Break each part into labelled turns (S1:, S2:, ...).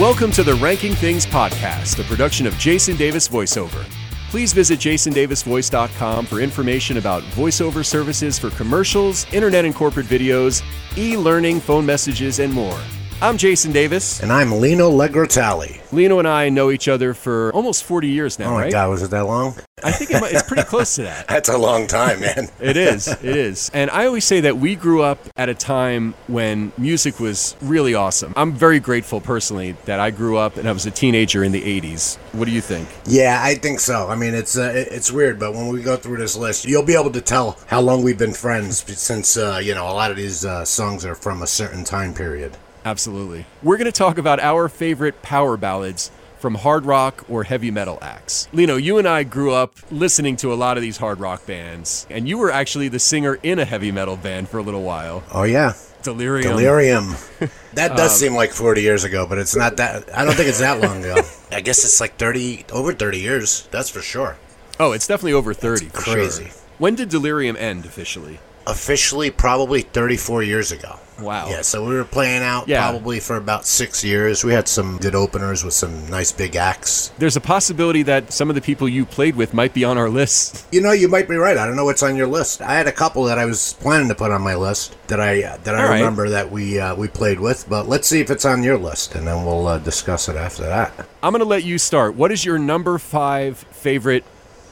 S1: Welcome to the Ranking Things podcast, the production of Jason Davis VoiceOver. Please visit jasondavisvoice.com for information about voiceover services for commercials, internet and corporate videos, e learning, phone messages, and more. I'm Jason Davis.
S2: And I'm Lino Legrotali.
S1: Lino and I know each other for almost 40 years now,
S2: Oh my
S1: right?
S2: God, was it that long?
S1: I think it might, it's pretty close to that.
S2: That's a long time, man.
S1: It is. It is. And I always say that we grew up at a time when music was really awesome. I'm very grateful personally that I grew up and I was a teenager in the 80s. What do you think?
S2: yeah, I think so. I mean, it's uh, it- it's weird, but when we go through this list, you'll be able to tell how long we've been friends b- since uh, you know a lot of these uh, songs are from a certain time period.
S1: Absolutely. We're going to talk about our favorite power ballads from hard rock or heavy metal acts. Lino, you and I grew up listening to a lot of these hard rock bands, and you were actually the singer in a heavy metal band for a little while.
S2: Oh yeah,
S1: Delirium.
S2: Delirium. That does seem like 40 years ago, but it's not that. I don't think it's that long ago. I guess it's like 30 over 30 years. That's for sure.
S1: Oh, it's definitely over 30. for sure.
S2: crazy.
S1: When did Delirium end officially?
S2: Officially, probably 34 years ago.
S1: Wow.
S2: Yeah, so we were playing out
S1: Yeah.
S2: probably for about six years. We had some good openers with some nice big acts.
S1: There's a possibility that some of the people you played with might be on our list.
S2: You know, you might be right. I don't know what's on your list. I had a couple that I was planning to put on my list that I uh, that I
S1: All right.
S2: remember that we uh, we played with. But let's see if it's on your list, and then we'll uh, discuss it after that.
S1: I'm going to let you start. What is your number five favorite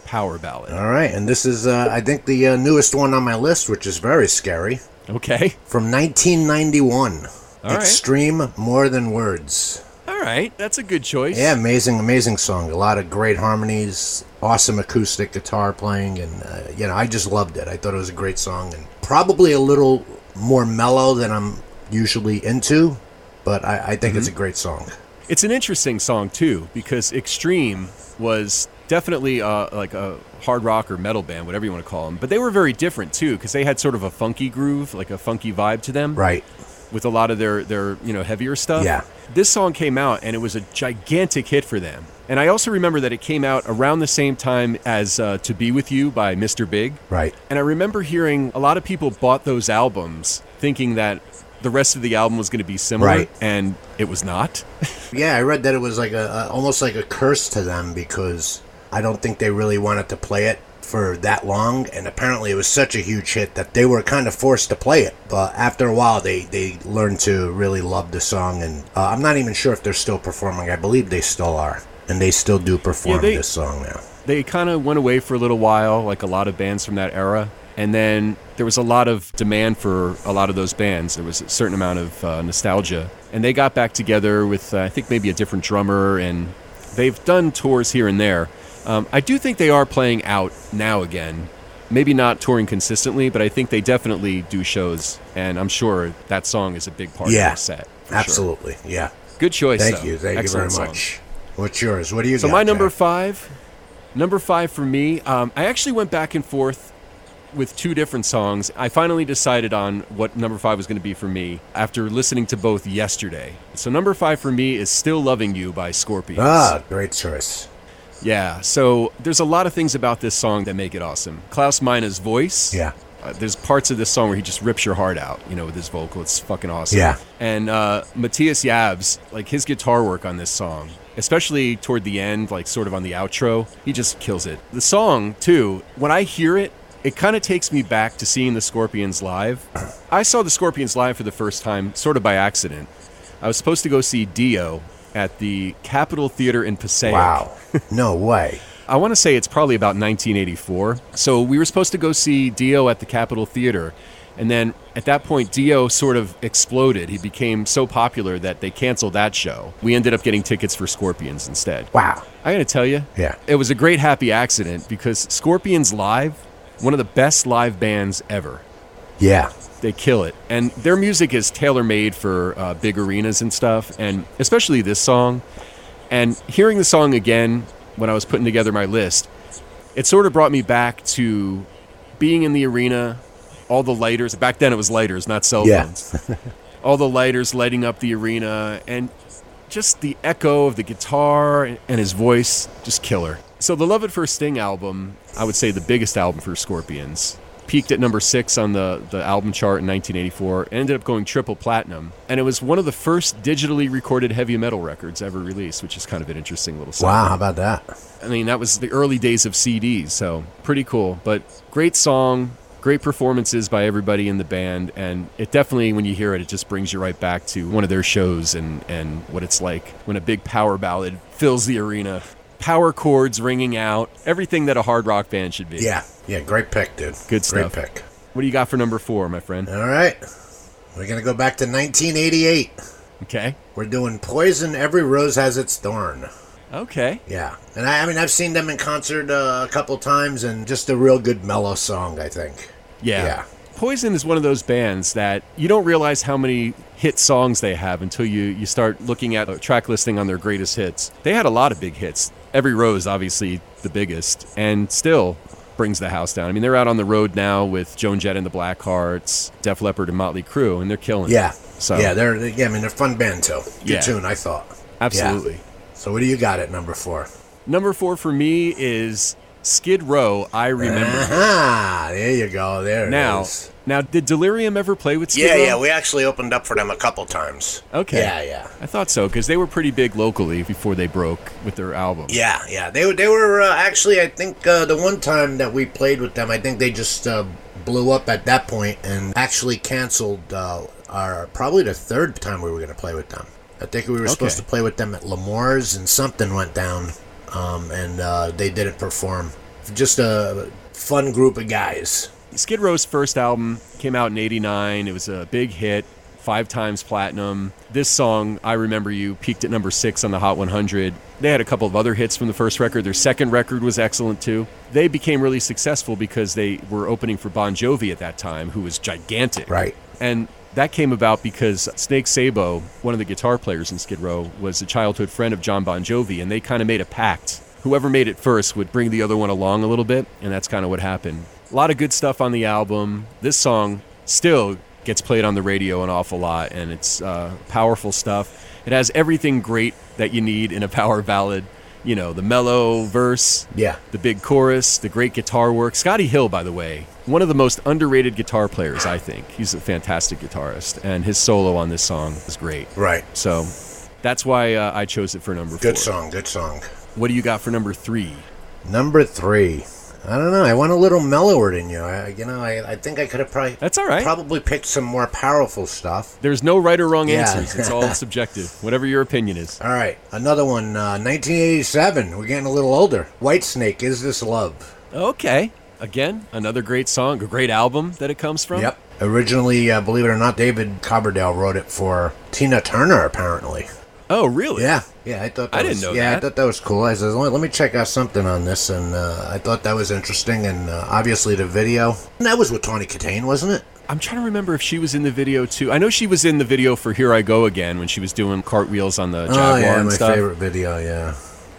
S1: power ballad?
S2: All right, and this is uh, I think the uh, newest one on my list, which is very scary,
S1: Okay.
S2: from 1991.
S1: All right.
S2: Extreme more than words.
S1: All right. That's a good choice.
S2: Yeah, amazing, amazing song. A lot of great harmonies, awesome acoustic guitar playing, and uh, you know, I just loved it. I thought it was a great song, and probably a little more mellow than I'm usually into, but I, I think it's a great song.
S1: It's an interesting song too because Extreme was definitely uh, like a hard rock or metal band, whatever you want to call them. But they were very different too because they had sort of a funky groove, like a funky vibe to them,
S2: Right.
S1: With a lot of their their you know heavier stuff.
S2: Yeah.
S1: This song came out and it was a gigantic hit for them. And I also remember that it came out around the same time as uh, "To Be With You" by Mr. Big.
S2: Right.
S1: And I remember hearing a lot of people bought those albums thinking that the rest of the album was going to be similar,
S2: Right.
S1: and it was not.
S2: Yeah, I read that it was like a, a almost like a curse to them because I don't think they really wanted to play it for that long and apparently it was such a huge hit that they were kind of forced to play it but after a while they they learned to really love the song and uh, i'm not even sure if they're still performing i believe they still are and they still do perform
S1: Yeah, they-
S2: this song now
S1: they kind of went away for a little while, like a lot of bands from that era. And then there was a lot of demand for a lot of those bands. There was a certain amount of uh, nostalgia. And they got back together with, uh, I think, maybe a different drummer. And they've done tours here and there. Um, I do think they are playing out now again. Maybe not touring consistently, but I think they definitely do shows. And I'm sure that song is a big part of
S2: Yeah.
S1: their set. for sure.
S2: absolutely yeah
S1: Good choice.
S2: thank
S1: though.
S2: you thank
S1: Excellent
S2: you
S1: song.
S2: very much what's yours what do you
S1: So
S2: got,
S1: my number
S2: Jack?
S1: five, number five for me, um, I actually went back and forth with two different songs. I finally decided on what number five was going to be for me after listening to both yesterday. So number five for me is "Still Loving You" by Scorpions.
S2: ah great choice
S1: Yeah. So there's a lot of things about this song that make it awesome. Klaus Meine's voice.
S2: Yeah.
S1: Uh, there's parts of this song where he just rips your heart out, you know, with his vocal. It's fucking awesome.
S2: Yeah.
S1: And uh, Matthias Yabs, like his guitar work on this song, especially toward the end, like sort of on the outro, he just kills it. The song, too, when I hear it, it kind of takes me back to seeing the Scorpions live. I saw the Scorpions live for the first time, sort of by accident. I was supposed to go see Dio at the Capitol Theater in Passaic.
S2: wow no way
S1: I want to say it's probably about 1984. So we were supposed to go see Dio at the Capitol Theater. And then at that point, Dio sort of exploded. He became so popular that they canceled that show. We ended up getting tickets for Scorpions instead.
S2: wow
S1: I got to tell you,
S2: Yeah.
S1: it was a great happy accident because Scorpions Live, one of the best live bands ever.
S2: yeah
S1: They kill it. And their music is tailor made for uh, big arenas and stuff, and especially this song. And hearing the song again when I was putting together my list, it sort of brought me back to being in the arena, all the lighters. Back then it was lighters, not cell
S2: Yeah.
S1: phones. all the lighters lighting up the arena, and just the echo of the guitar and his voice, just killer. So the Love at First Sting album, I would say the biggest album for Scorpions. peaked at number six on the, the album chart in 1984, ended up going triple platinum, and it was one of the first digitally recorded heavy metal records ever released, which is kind of an interesting little side.
S2: Wow, how about that?
S1: I mean, that was the early days of CDs, so pretty cool. But great song, great performances by everybody in the band, and it definitely, when you hear it, it just brings you right back to one of their shows and, and what it's like when a big power ballad fills the arena. Power chords ringing out, everything that a hard rock band should be.
S2: Yeah, yeah, great pick, dude.
S1: Good stuff.
S2: Great pick.
S1: What do you got for number four, my friend?
S2: All right, we're gonna go back to 1988.
S1: Okay.
S2: We're doing Poison. Every rose has its thorn.
S1: Okay.
S2: Yeah, and I, I mean I've seen them in concert uh, a couple times, and just a real good mellow song. I think.
S1: Yeah.
S2: Yeah.
S1: Poison is one of those bands that you don't realize how many hit songs they have until you, you start looking at a track listing on their greatest hits. They had a lot of big hits. Every Rose, obviously, the biggest, and still brings the house down. I mean, they're out on the road now with Joan Jett and the Blackhearts, Def Leppard and Motley Crue, and they're killing it.
S2: Yeah.
S1: So-
S2: yeah, they're they- yeah. I mean, they're a fun band too. Good
S1: Yeah.
S2: tune, I thought.
S1: Absolutely.
S2: Yeah. So what do you got at number four?
S1: Number four for me is Skid Row, I Remember.
S2: Aha! There you go. There it
S1: Now,
S2: is.
S1: now, did Delirium ever play with Skid
S2: Yeah,
S1: Row?
S2: yeah. We actually opened up for them a couple times.
S1: Okay.
S2: Yeah, yeah.
S1: I thought so because they were pretty big locally before they broke with their album.
S2: Yeah, yeah. They were- they were uh, actually. I think uh, the one time that we played with them, I think they just uh, blew up at that point and actually canceled uh, our probably the third time we were going to play with them. I think we were supposed to
S1: Okay.
S2: play with them at Lamore's and something went down, um, and uh, they didn't perform. Just a fun group of guys.
S1: Skid Row's first album came out in '89. It was a big hit, five times platinum. This song, I Remember You, peaked at number six on the Hot 100. They had a couple of other hits from the first record. Their second record was excellent too. They became really successful because they were opening for Bon Jovi at that time, who was gigantic.
S2: Right.
S1: And that came about because Snake Sabo, one of the guitar players in Skid Row, was a childhood friend of John Bon Jovi, and they kind of made a pact. Whoever made it first would bring the other one along a little bit, and that's kind of what happened. A lot of good stuff on the album. This song still gets played on the radio an awful lot, and it's uh, powerful stuff. It has everything great that you need in a power ballad. You know, the mellow verse,
S2: Yeah.
S1: the big chorus, the great guitar work. Scotty Hill, by the way, one of the most underrated guitar players, I think. He's a fantastic guitarist, and his solo on this song is great.
S2: Right.
S1: So that's why uh, I chose it for number
S2: Good
S1: four.
S2: song. Good song.
S1: What do you got for number three?
S2: Number three. I don't know. I want a little mellower than you. I, you know, I, I think I could have probably
S1: That's all right.
S2: probably picked some more powerful stuff.
S1: There's no right or wrong
S2: Yeah.
S1: answers. It's all subjective, whatever your opinion is.
S2: All right, another one. Uh, 1987. We're getting a little older. Whitesnake. Is this love?
S1: Okay. Again, another great song, a great album that it comes from.
S2: Yep. Originally, uh, believe it or not, David Coverdale wrote it for Tina Turner. Apparently.
S1: Oh, really?
S2: Yeah. Yeah. I thought. That
S1: I
S2: was,
S1: didn't know
S2: Yeah, I
S1: that.
S2: thought that was cool. I said, let, let me check out something on this, and uh, I thought that was interesting. And uh, obviously, the video. And that was with Tawny Katane, wasn't it?
S1: I'm trying to remember if she was in the video too. I know she was in the video for Here I Go Again when she was doing cartwheels on the Jaguar
S2: oh yeah,
S1: and
S2: my
S1: stuff.
S2: favorite video. Yeah.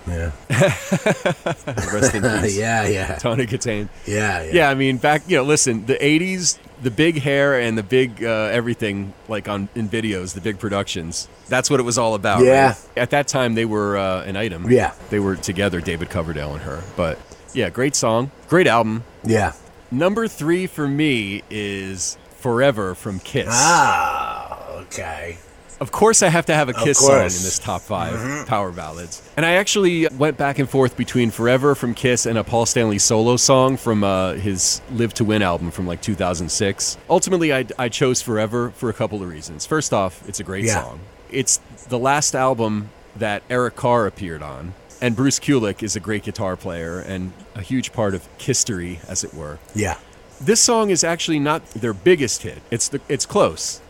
S2: Yeah.
S1: Rest in peace.
S2: yeah. Yeah.
S1: Tony Katane.
S2: Yeah. Yeah.
S1: Yeah, I mean, back you know, listen, the '80s, the big hair and the big uh, everything, like on in videos, the big productions. That's what it was all about.
S2: Yeah.
S1: right? At that time, they were uh, an item.
S2: Yeah.
S1: They were together, David Coverdale and her. But yeah, great song, great album.
S2: Yeah.
S1: Number three for me is "Forever" from Kiss.
S2: Ah. Okay.
S1: Of course, I have to have a Kiss song in
S2: course. Mm-hmm.
S1: this top 5 power ballads. And I actually went back and forth between Forever from Kiss and a Paul Stanley solo song from uh, his Live to Win album from like 2006. Ultimately, I, I chose Forever for a couple of reasons. First off, it's a great
S2: Yeah.
S1: song. It's the last album that Eric Carr appeared on. And Bruce Kulick is a great guitar player and a huge part of Kistery, as it were.
S2: Yeah.
S1: This song is actually not their biggest hit. It's the it's close.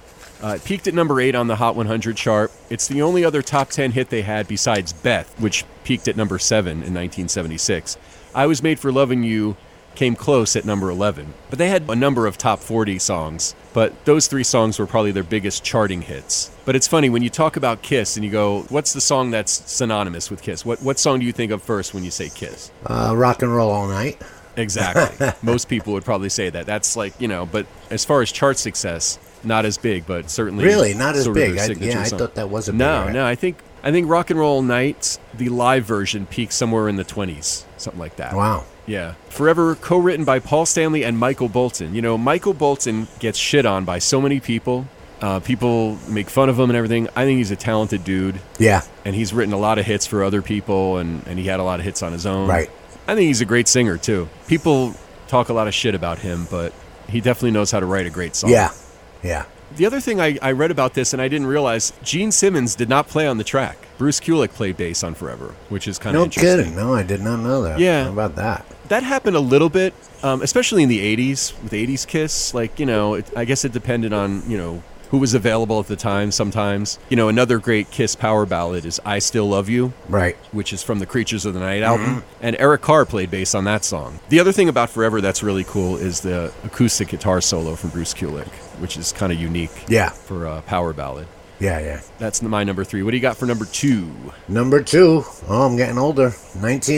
S1: Uh, it peaked at number eight on the Hot 100 chart. It's the only other top 10 hit they had besides Beth, which peaked at number seven in 1976. I Was Made for Loving You came close at number 11. But they had a number of top 40 songs, but those three songs were probably their biggest charting hits. But it's funny, when you talk about Kiss and you go, what's the song that's synonymous with Kiss? What, what song do you think of first when you say Kiss?
S2: Uh, rock and roll all night.
S1: Exactly. Most people would probably say that. That's like you know, but as far as chart success, not as big, but certainly
S2: Really? Not as
S1: sort of
S2: big?
S1: their
S2: I-
S1: signature
S2: yeah, I
S1: song.
S2: thought that was a
S1: no,
S2: bigger-
S1: no. I think I think Rock and Roll Night, the live version, peaks somewhere in the twenties, something like that.
S2: Wow.
S1: Yeah. Forever, co written by Paul Stanley and Michael Bolton. You know, Michael Bolton gets shit on by so many people. Uh, people make fun of him and everything. I think he's a talented dude,
S2: Yeah,
S1: and he's written a lot of hits for other people, and, and he had a lot of hits on his own.
S2: right.
S1: I think he's a great singer, too. People talk a lot of shit about him, but he definitely knows how to write a great song.
S2: Yeah, yeah.
S1: The other thing I, I read about this, and I didn't realize, Gene Simmons did not play on the track. Bruce Kulick played bass on Forever, which is kind of
S2: No
S1: interesting.
S2: kidding. No, I did not know that.
S1: Yeah.
S2: How about that?
S1: that happened a little bit, um, especially in the '80s with '80s Kiss. Like you know, it, I guess it depended on you know who was available at the time. Sometimes you know another great Kiss power ballad is "I Still Love You."
S2: Right.
S1: Which is from the Creatures of the Night album, and Eric Carr played bass on that song. The other thing about Forever that's really cool is the acoustic guitar solo from Bruce Kulick, which is kind of unique
S2: Yeah.
S1: for a power ballad.
S2: Yeah, yeah.
S1: That's my number three. What do you got for number two?
S2: Number two. Oh, I'm getting older.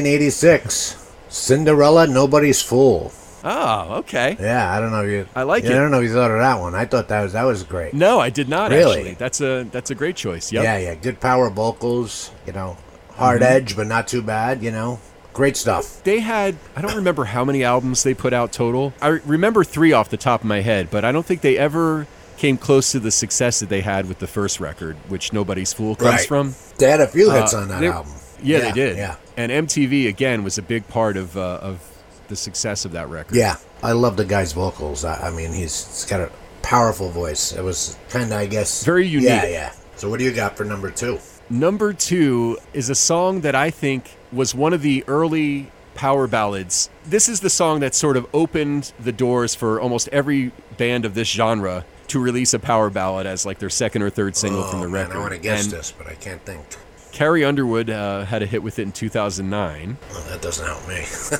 S2: 1986. Cinderella, Nobody's Fool.
S1: Oh, okay.
S2: Yeah, I don't know if you.
S1: I like
S2: yeah,
S1: it.
S2: I don't know if you thought of that one. I thought that was that was great.
S1: No, I did not
S2: Really?
S1: actually. That's a that's a great choice. Yep. Mm-hmm.
S2: Yeah, yeah. Good power vocals. You know, hard edge, but not too bad. You know, great stuff.
S1: They had, I don't remember how many albums they put out total. I remember three off the top of my head, but I don't think they ever came close to the success that they had with the first record, which Nobody's Fool comes
S2: Right.
S1: from.
S2: They had a few hits
S1: Uh,
S2: on that
S1: they-
S2: album.
S1: Yeah, they did.
S2: Yeah,
S1: And MTV, again, was a big part of, uh, of the success of that record.
S2: yeah. I love the guy's vocals. I, I mean, he's, he's got a powerful voice. It was kind of, I guess,
S1: Very unique.
S2: Yeah, yeah. So, what do you got for number two?
S1: Number two is a song that I think was one of the early power ballads. This is the song that sort of opened the doors for almost every band of this genre to release a power ballad as like their second or third single from the
S2: Oh, man,
S1: record.
S2: I want to guess
S1: And
S2: this, but I can't think.
S1: Carrie Underwood uh, had a hit with it in 2009.
S2: Well, that doesn't help me.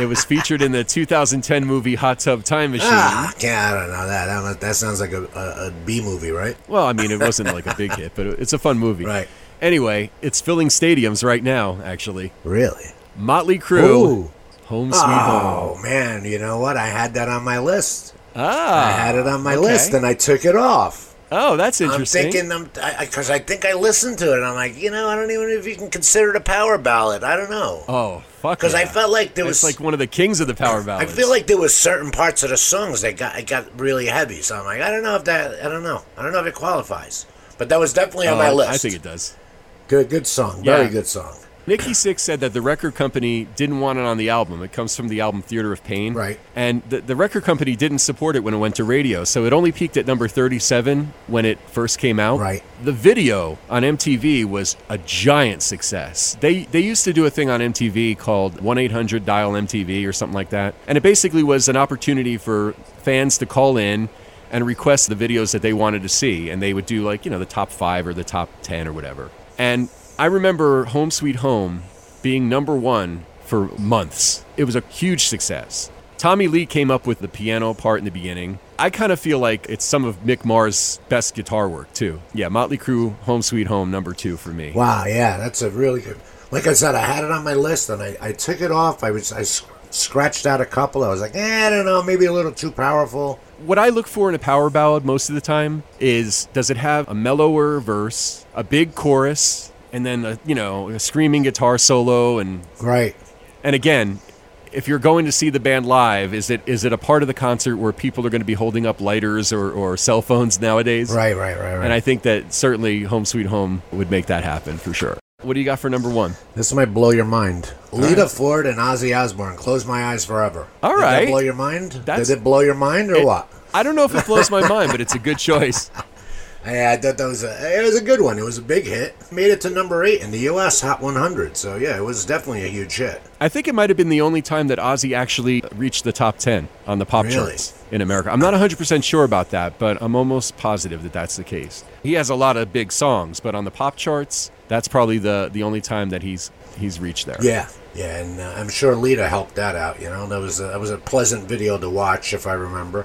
S1: it was featured in the 2010 movie Hot Tub Time Machine.
S2: ah, yeah, I don't know that. I don't know, that sounds like a, a, a B movie, right?
S1: Well, I mean, it wasn't like a big hit, but it's a fun movie.
S2: Right.
S1: Anyway, it's filling stadiums right now, actually.
S2: Really?
S1: Motley Crue,
S2: Ooh.
S1: Home Sweet Home.
S2: Oh man, you know what? I had that on my list.
S1: Ah,
S2: I had it on my
S1: okay.
S2: list, and I took it off.
S1: oh, that's
S2: I'm
S1: interesting.
S2: thinking, I'm because I, think I listened to it, and I'm like, you know, I don't even know if you can consider it a power ballad. I don't know
S1: oh, fuck.
S2: because I
S1: yeah.
S2: felt like there
S1: it's
S2: was.
S1: like one of the kings of the power
S2: I
S1: ballads.
S2: feel like there was certain parts of the songs that got it got really heavy, so I'm like, I don't know if that, I don't know, I don't know if it qualifies, but that was definitely on
S1: Oh,
S2: my
S1: I-
S2: list.
S1: I think it does.
S2: good, good song,
S1: Yeah.
S2: very good song,
S1: Nikki Six said that the record company didn't want it on the album. It comes from the album Theater of Pain.
S2: Right.
S1: And the, the record company didn't support it when it went to radio, so it only peaked at number 37 when it first came out.
S2: Right.
S1: The video on MTV was a giant success. They they used to do a thing on MTV called 1-800 Dial MTV or something like that. And it basically was an opportunity for fans to call in and request the videos that they wanted to see and they would do like, you know, the top 5 or the top 10 or whatever. And I remember Home Sweet Home being number 1 for months. It was a huge success. Tommy Lee came up with the piano part in the beginning. I kind of feel like it's some of Mick Mars' best guitar work, too. Yeah, Motley Crue, Home Sweet Home, number two for me.
S2: wow, yeah, that's a really good. Like I said, I had it on my list, and I, I took it off. I was I sc- scratched out a couple. I was like, eh, I don't know, maybe a little too powerful.
S1: What I look for in a power ballad most of the time is does it have a mellower verse, a big chorus, and then, a, you know, a screaming guitar solo and
S2: Right.
S1: And again, if you're going to see the band live, is it is it a part of the concert where people are going to be holding up lighters or, or cell phones nowadays?
S2: Right, right, right, right.
S1: And I think that certainly Home Sweet Home would make that happen for sure. What do you got for number one?
S2: this might blow your mind. Lita Ford and Ozzy Osbourne, Close My Eyes Forever.
S1: All
S2: Did
S1: right.
S2: that blow your mind?
S1: That's-
S2: Did it blow your mind or what?
S1: I don't know if it blows my mind, but it's a good choice.
S2: Yeah, I thought that was a, it was a good one. It was a big hit. Made it to number eight in the U.S. Hot 100. So yeah, it was definitely a huge hit.
S1: I think it might have been the only time that Ozzy actually reached the top 10 on the pop
S2: Really?
S1: charts in America. I'm not 100% sure about that, but I'm almost positive that that's the case. He has a lot of big songs, but on the pop charts, that's probably the, the only time that he's he's reached there.
S2: Yeah, yeah, and uh, I'm sure Lita helped that out. You know, that was a, that was a pleasant video to watch if I remember.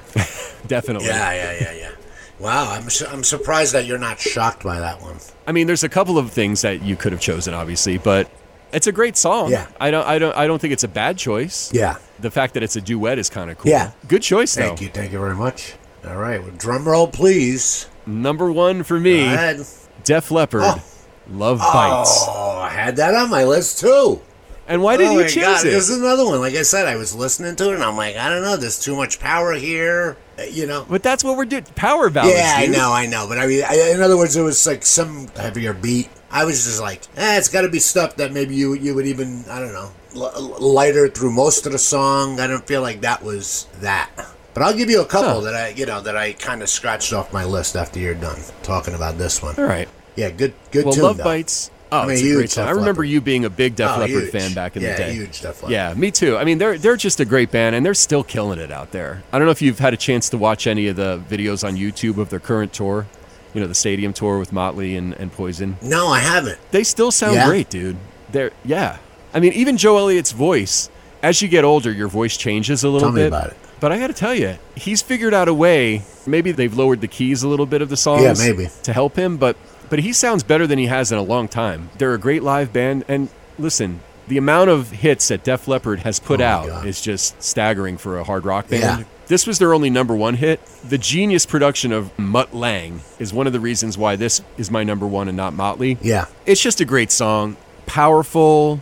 S1: Definitely.
S2: Yeah, yeah, yeah, yeah. Wow, I'm su- I'm surprised that you're not shocked by that one.
S1: I mean, there's a couple of things that you could have chosen, obviously, but it's a great song.
S2: Yeah.
S1: I don't, I don't, I don't think it's a bad choice.
S2: Yeah.
S1: The fact that it's a duet is kind of cool.
S2: Yeah.
S1: Good choice, though.
S2: Thank you, thank you very much. All right, well, drum roll, please.
S1: Number one for me,
S2: Go ahead.
S1: Def Leppard,
S2: Oh.
S1: Love Bites.
S2: Oh, I had that on my list too.
S1: And why did
S2: oh
S1: you
S2: my
S1: choose
S2: God,
S1: it?
S2: This is another one. Like I said, I was listening to it and I'm like, I don't know. There's too much power here. Uh, You know.
S1: But that's what we're doing. Power balance.
S2: Yeah, I
S1: dude.
S2: know, I know. But I mean, I, in other words, it was like some heavier beat. I was just like, eh, it's got to be stuff that maybe you you would even I don't know l- lighter through most of the song. I don't feel like that was that. But I'll give you a couple that I you know that I kind of scratched off my list after you're done talking about this one.
S1: All right.
S2: Yeah, good good
S1: Well,
S2: tune
S1: Love
S2: though.
S1: Bites. Oh,
S2: I'm a
S1: it's a
S2: huge
S1: great song.
S2: Def
S1: I remember
S2: Leppard.
S1: you being a big Def
S2: Oh,
S1: Leppard
S2: huge.
S1: fan back in
S2: yeah,
S1: the day.
S2: huge Def Leppard.
S1: Yeah, me too. I mean, they're they're just a great band, and they're still killing it out there. I don't know if you've had a chance to watch any of the videos on YouTube of their current tour, you know, the stadium tour with Motley and, and Poison.
S2: No, I haven't.
S1: They still sound
S2: Yeah?
S1: great, dude. They're yeah. I mean, even Joe Elliott's voice. As you get older, your voice changes a little
S2: Tell me
S1: bit.
S2: about it.
S1: But I got to tell you, he's figured out a way. Maybe they've lowered the keys a little bit of the songs.
S2: Yeah, maybe.
S1: to help him. But but he sounds better than he has in a long time. They're a great live band, and listen. The amount of hits that Def Leppard has put
S2: Oh my
S1: out
S2: God.
S1: is just staggering for a hard rock band.
S2: Yeah.
S1: This was their only number one hit. The genius production of Mutt Lang is one of the reasons why this is my number one and not Motley
S2: Yeah,
S1: it's just a great song, powerful,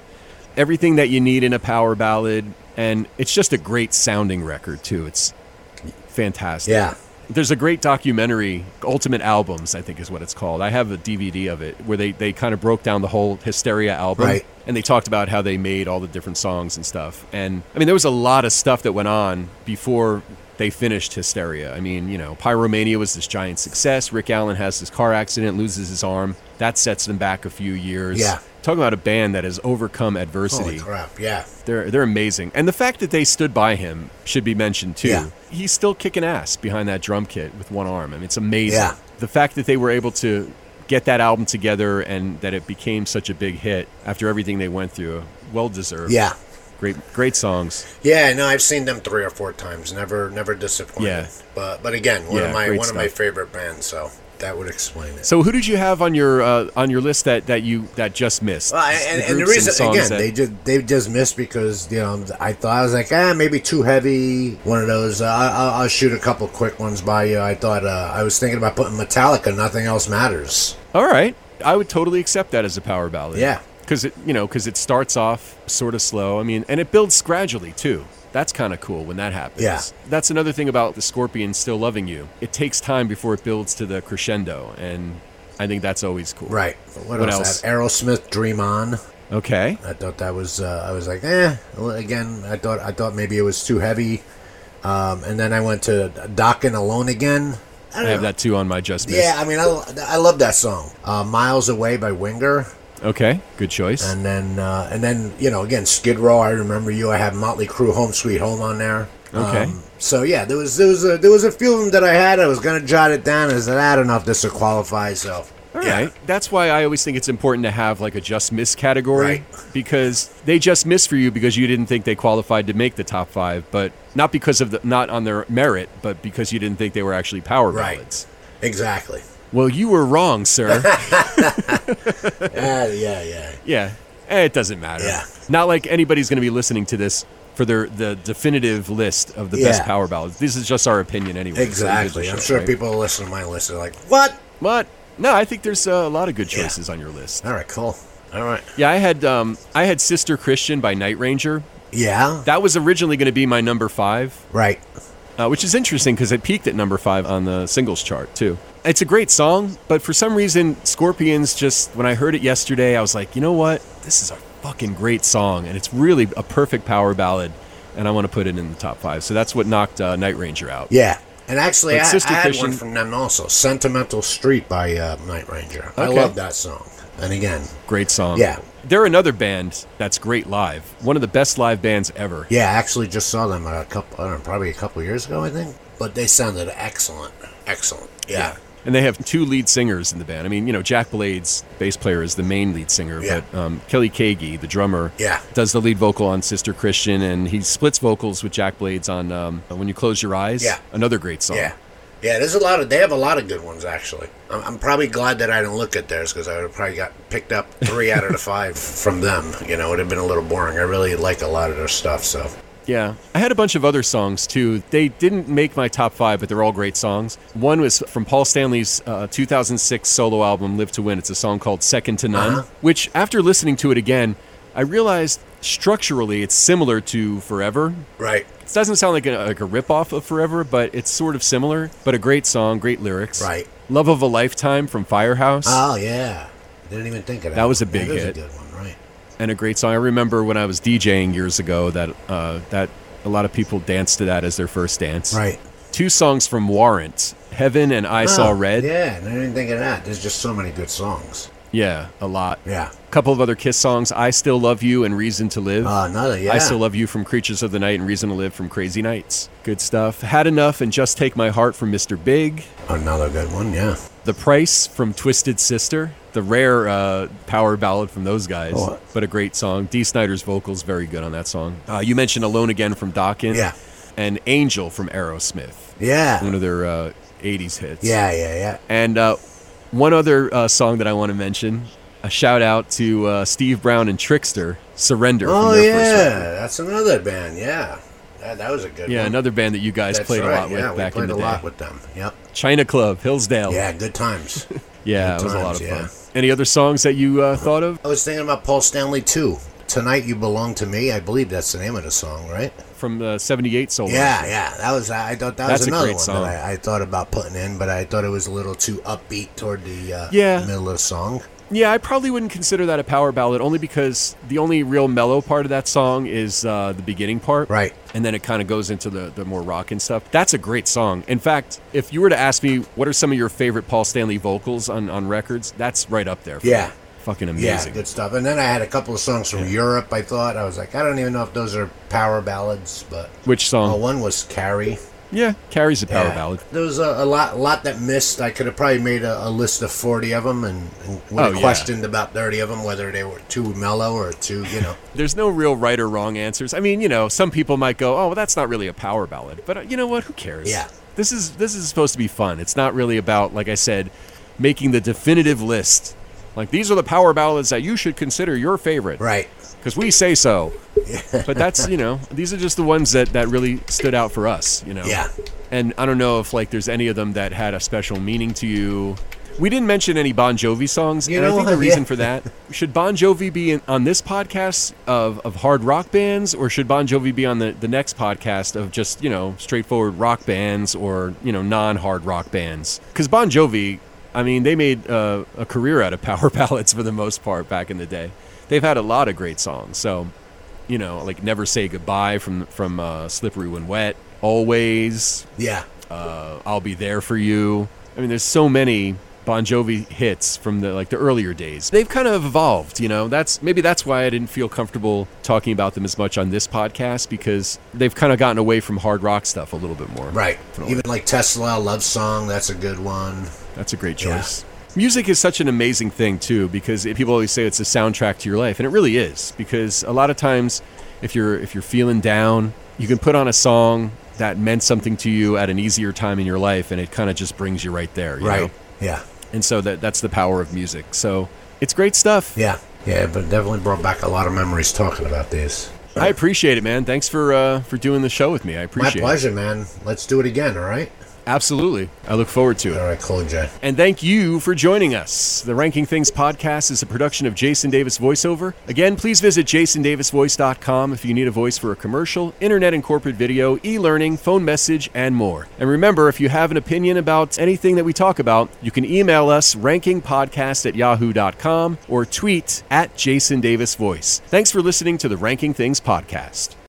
S1: everything that you need in a power ballad, and it's just a great sounding record too. It's fantastic.
S2: yeah.
S1: There's a great documentary, Ultimate Albums, I think is what it's called. I have a DVD of it where they, they kind of broke down the whole Hysteria album.
S2: Right.
S1: And they talked about how they made all the different songs and stuff. And I mean, there was a lot of stuff that went on before they finished Hysteria. I mean, you know, Pyromania was this giant success. Rick Allen has this car accident, loses his arm. That sets them back a few years.
S2: Yeah.
S1: Talking about a band that has overcome adversity.
S2: Holy crap! Yeah,
S1: They're they're amazing, and the fact that they stood by him should be mentioned too.
S2: Yeah.
S1: He's still kicking ass behind that drum kit with one arm. I mean, it's amazing.
S2: Yeah.
S1: The fact that they were able to get that album together and that it became such a big hit after everything they went through, well deserved.
S2: yeah,
S1: Great great songs.
S2: yeah. No, I've seen them three or four times. Never, never disappointed.
S1: Yeah.
S2: But but again, one
S1: Yeah,
S2: of my
S1: great
S2: one of my
S1: stuff.
S2: favorite bands. So that would explain it.
S1: So who did you have on your uh, on your list that, that you that just missed?
S2: Well, and, and the
S1: groups
S2: reason
S1: songs
S2: again
S1: that-
S2: they just they just missed because you know I thought I was like ah maybe too heavy one of those uh, I- I'll, I'll shoot a couple quick ones by you I thought uh, I was thinking about putting Metallica Nothing Else Matters
S1: All right. I would totally accept that as a power ballad.
S2: Yeah.
S1: Cuz it, you know, cuz it starts off sort of slow. I mean, and it builds gradually too. That's kind of cool when that happens.
S2: Yeah.
S1: That's another thing about the Scorpion still loving you. It takes time before it builds to the crescendo and I think that's always cool.
S2: right what,
S1: What else?
S2: else, I had Aerosmith Dream On
S1: Okay.
S2: I thought that was uh, I was like eh well, again I thought I thought maybe it was too heavy um, and then I went to Doc and Alone again I
S1: I
S2: don't
S1: have
S2: know.
S1: that too on my just miss.
S2: yeah I mean I, I love that song uh, Miles Away by Winger
S1: Okay. Good choice.
S2: And then, uh, and then, you know, again, Skid Row. I remember you. I have Motley Crue, Home Sweet Home on there. Um,
S1: Okay.
S2: so yeah, there was there was a, there was a few of them that I had. I was gonna jot it down. I said, I don't know if this will qualify. So
S1: All
S2: yeah.
S1: right. That's why I always think it's important to have like a just miss category
S2: Right.
S1: because they just miss for you because you didn't think they qualified to make the top five, but not because of the not on their merit, but because you didn't think they were actually power
S2: Right.
S1: ballads.
S2: exactly.
S1: Well, you were wrong, sir.
S2: uh, yeah, yeah,
S1: yeah. Eh, It doesn't matter.
S2: Yeah.
S1: Not like anybody's going to be listening to this for their the definitive list of the best
S2: Yeah.
S1: power ballads. This is just our opinion anyway. so who gives a
S2: exactly. I'm
S1: shit,
S2: sure
S1: right?
S2: people will listen to my list. They're like, what?
S1: But no, I think there's uh, a lot of good choices on your list.
S2: All right, cool. All right.
S1: Yeah, I had um, I had Sister Christian by Night Ranger.
S2: Yeah.
S1: That was originally going to be my number five,
S2: Right.
S1: uh, which is interesting because it peaked at number five on the singles chart, too. It's a great song, but for some reason, Scorpions just, when I heard it yesterday, I was like, you know what? This is a fucking great song, and it's really a perfect power ballad, and I want to put it in the top five. So that's what knocked uh, Night Ranger out.
S2: Yeah. And actually,
S1: But
S2: I,
S1: Sister
S2: I had one
S1: Christian-
S2: from them also. Sentimental Street by uh, Night Ranger. I
S1: Okay.
S2: love that song. And again,
S1: Great song.
S2: Yeah.
S1: They're another band that's great live, one of the best live bands ever.
S2: Yeah, I actually just saw them a couple, I don't know, probably a couple years ago, I think. But they sounded excellent, excellent. Yeah,
S1: And they have two lead singers in the band. I mean, you know, Jack Blades, bass player, is the main lead singer,
S2: Yeah.
S1: but um, Kelly Kagi, the drummer,
S2: Yeah.
S1: does the lead vocal on Sister Christian, and he splits vocals with Jack Blades on um, When You Close Your Eyes.
S2: Yeah.
S1: Another great song.
S2: yeah, yeah. There's a lot of they have a lot of good ones actually. I'm, I'm probably glad that I didn't look at theirs because I would have probably got picked up three out of the five from them. You know, it would have been a little boring. I really like a lot of their stuff. So
S1: Yeah. I had a bunch of other songs too. They didn't make my top five, but they're all great songs. One was from Paul Stanley's uh,
S2: Uh-huh.
S1: 2006 solo album, Live to Win. It's a song called Second to None, which after listening to it again, I realized structurally it's similar to Forever.
S2: Right.
S1: It doesn't sound like a, like a ripoff of Forever, but it's sort of similar. But a great song, great lyrics.
S2: Right.
S1: Love of a Lifetime from Firehouse.
S2: Oh yeah. Didn't even think of that.
S1: That was a
S2: Yeah,
S1: big
S2: that was
S1: hit.
S2: a good one, right?
S1: and a great song. I remember when I was DJing years ago that uh, that a lot of people danced to that as their first dance.
S2: Right.
S1: Two songs from Warrant, "Heaven" and "I Saw
S2: Oh,
S1: Red."
S2: Yeah, and I didn't think of that. There's just so many good songs.
S1: Yeah, a lot.
S2: Yeah.
S1: A couple of other Kiss songs, "I Still Love You" and "Reason to Live."
S2: Uh, another. Yeah.
S1: I Still Love You from Creatures of the Night and Reason to Live from Crazy Nights. Good stuff. Had Enough and Just Take My Heart from Mr. Big.
S2: another good one. Yeah.
S1: The Price from Twisted Sister. The rare uh, power ballad from those guys,
S2: Oh.
S1: but a great song. Dee Snyder's vocals very good on that song. Uh, you mentioned Alone Again from Dawkins.
S2: Yeah.
S1: And Angel from Aerosmith,
S2: Yeah.
S1: one of their uh, 80s hits.
S2: Yeah. Yeah. Yeah.
S1: And uh, one other uh, song that I want to mention a shout out to uh, Steve Brown and Trickster, Surrender.
S2: Oh
S1: from their first record.
S2: yeah, that's another band. Yeah. That, that was a good
S1: Yeah,
S2: one.
S1: another band that you guys
S2: That's
S1: played
S2: right.
S1: a lot with
S2: yeah,
S1: back
S2: we
S1: in
S2: played
S1: the
S2: a
S1: day. Oh.
S2: lot with them. Yep.
S1: China Club, Hillsdale.
S2: Yeah, good times.
S1: Yeah,
S2: Good
S1: it was a lot
S2: times,
S1: of
S2: yeah.
S1: fun. Any other songs that you uh, thought of
S2: I was thinking about Paul Stanley too. Tonight you belong to me. I believe that's the name of the song, right?
S1: from the 78 solo?
S2: Yeah, yeah. That was I thought that
S1: Oh, That's
S2: was
S1: a
S2: another
S1: great
S2: one
S1: song.
S2: that I, I thought about putting in, but I thought it was a little too upbeat toward the uh,
S1: Yeah.
S2: middle of the song.
S1: Yeah, I probably wouldn't consider that a power ballad only because the only real mellow part of that song is uh, the beginning part.
S2: Right.
S1: And then it kind of goes into the, the more rock and stuff. That's a great song. In fact, if you were to ask me what are some of your favorite Paul Stanley vocals on, on records, that's right up there. for
S2: Yeah.
S1: me. Fucking
S2: Yeah,
S1: amazing.
S2: good stuff. And then I had a couple of songs from Europe. I thought I was like, I don't even know if those are power ballads, but
S1: Which
S2: oh,
S1: song?
S2: one was Carrie.
S1: yeah, carries a power
S2: Yeah.
S1: ballad.
S2: There was a, a lot, lot that missed. I could have probably made a, a list of forty of them, and, and would
S1: Oh,
S2: have
S1: yeah.
S2: questioned about thirty of them whether they were too mellow or too, you know.
S1: There's no real right or wrong answers. I mean, you know, some people might go, "Oh, well, that's not really a power ballad," but uh, you know what? Who cares?
S2: Yeah.
S1: This is this is supposed to be fun. It's not really about, like I said, making the definitive list. Like these are the power ballads that you should consider your favorite,
S2: right.
S1: Because we say so. but that's you know, these are just the ones that that really stood out for us. You know.
S2: Yeah.
S1: And I don't know if like there's any of them that had a special meaning to you. We didn't mention any Bon Jovi songs,
S2: You
S1: and I
S2: know
S1: think the
S2: what?
S1: reason
S2: Yeah.
S1: for that should Bon Jovi be in, on this podcast of, of hard rock bands, or should Bon Jovi be on the, the next podcast of just you know straightforward rock bands or you know non hard rock bands? Because Bon Jovi, I mean, they made uh, a career out of power ballads for the most part back in the day. They've had a lot of great songs, so you know, like "Never Say Goodbye" from from uh, "Slippery When Wet," "Always,"
S2: Yeah.
S1: uh, "I'll Be There for You." I mean, there's so many Bon Jovi hits from the like the earlier days. They've kind of evolved, you know. That's maybe that's why I didn't feel comfortable talking about them as much on this podcast because they've kind of gotten away from hard rock stuff a little bit more.
S2: Right. Even like Tesla Love Song. That's a good one.
S1: That's a great
S2: Yeah.
S1: choice. Music is such an amazing thing too, because it, people always say it's a soundtrack to your life, and it really is. Because a lot of times, if you're if you're feeling down, you can put on a song that meant something to you at an easier time in your life, and it kind of just brings you right there. you
S2: Right.
S1: know?
S2: Yeah.
S1: And so that that's the power of music. So it's great stuff.
S2: Yeah. Yeah. But definitely brought back a lot of memories talking about this.
S1: I appreciate it, man. Thanks for uh, for doing the show with me. I
S2: My
S1: appreciate it.
S2: pleasure, man. Let's do it again. All right.
S1: Absolutely. I look forward to it.
S2: All right, cool, Jay.
S1: And thank you for joining us. The Ranking Things podcast is a production of Jason Davis Voiceover. Again, please visit jasondavisvoice.com if you need a voice for a commercial, internet and corporate video, e learning, phone message, and more. And remember, if you have an opinion about anything that we talk about, you can email us rankingpodcast at yahoo.com or tweet at Jason Davis Voice. Thanks for listening to the Ranking Things podcast.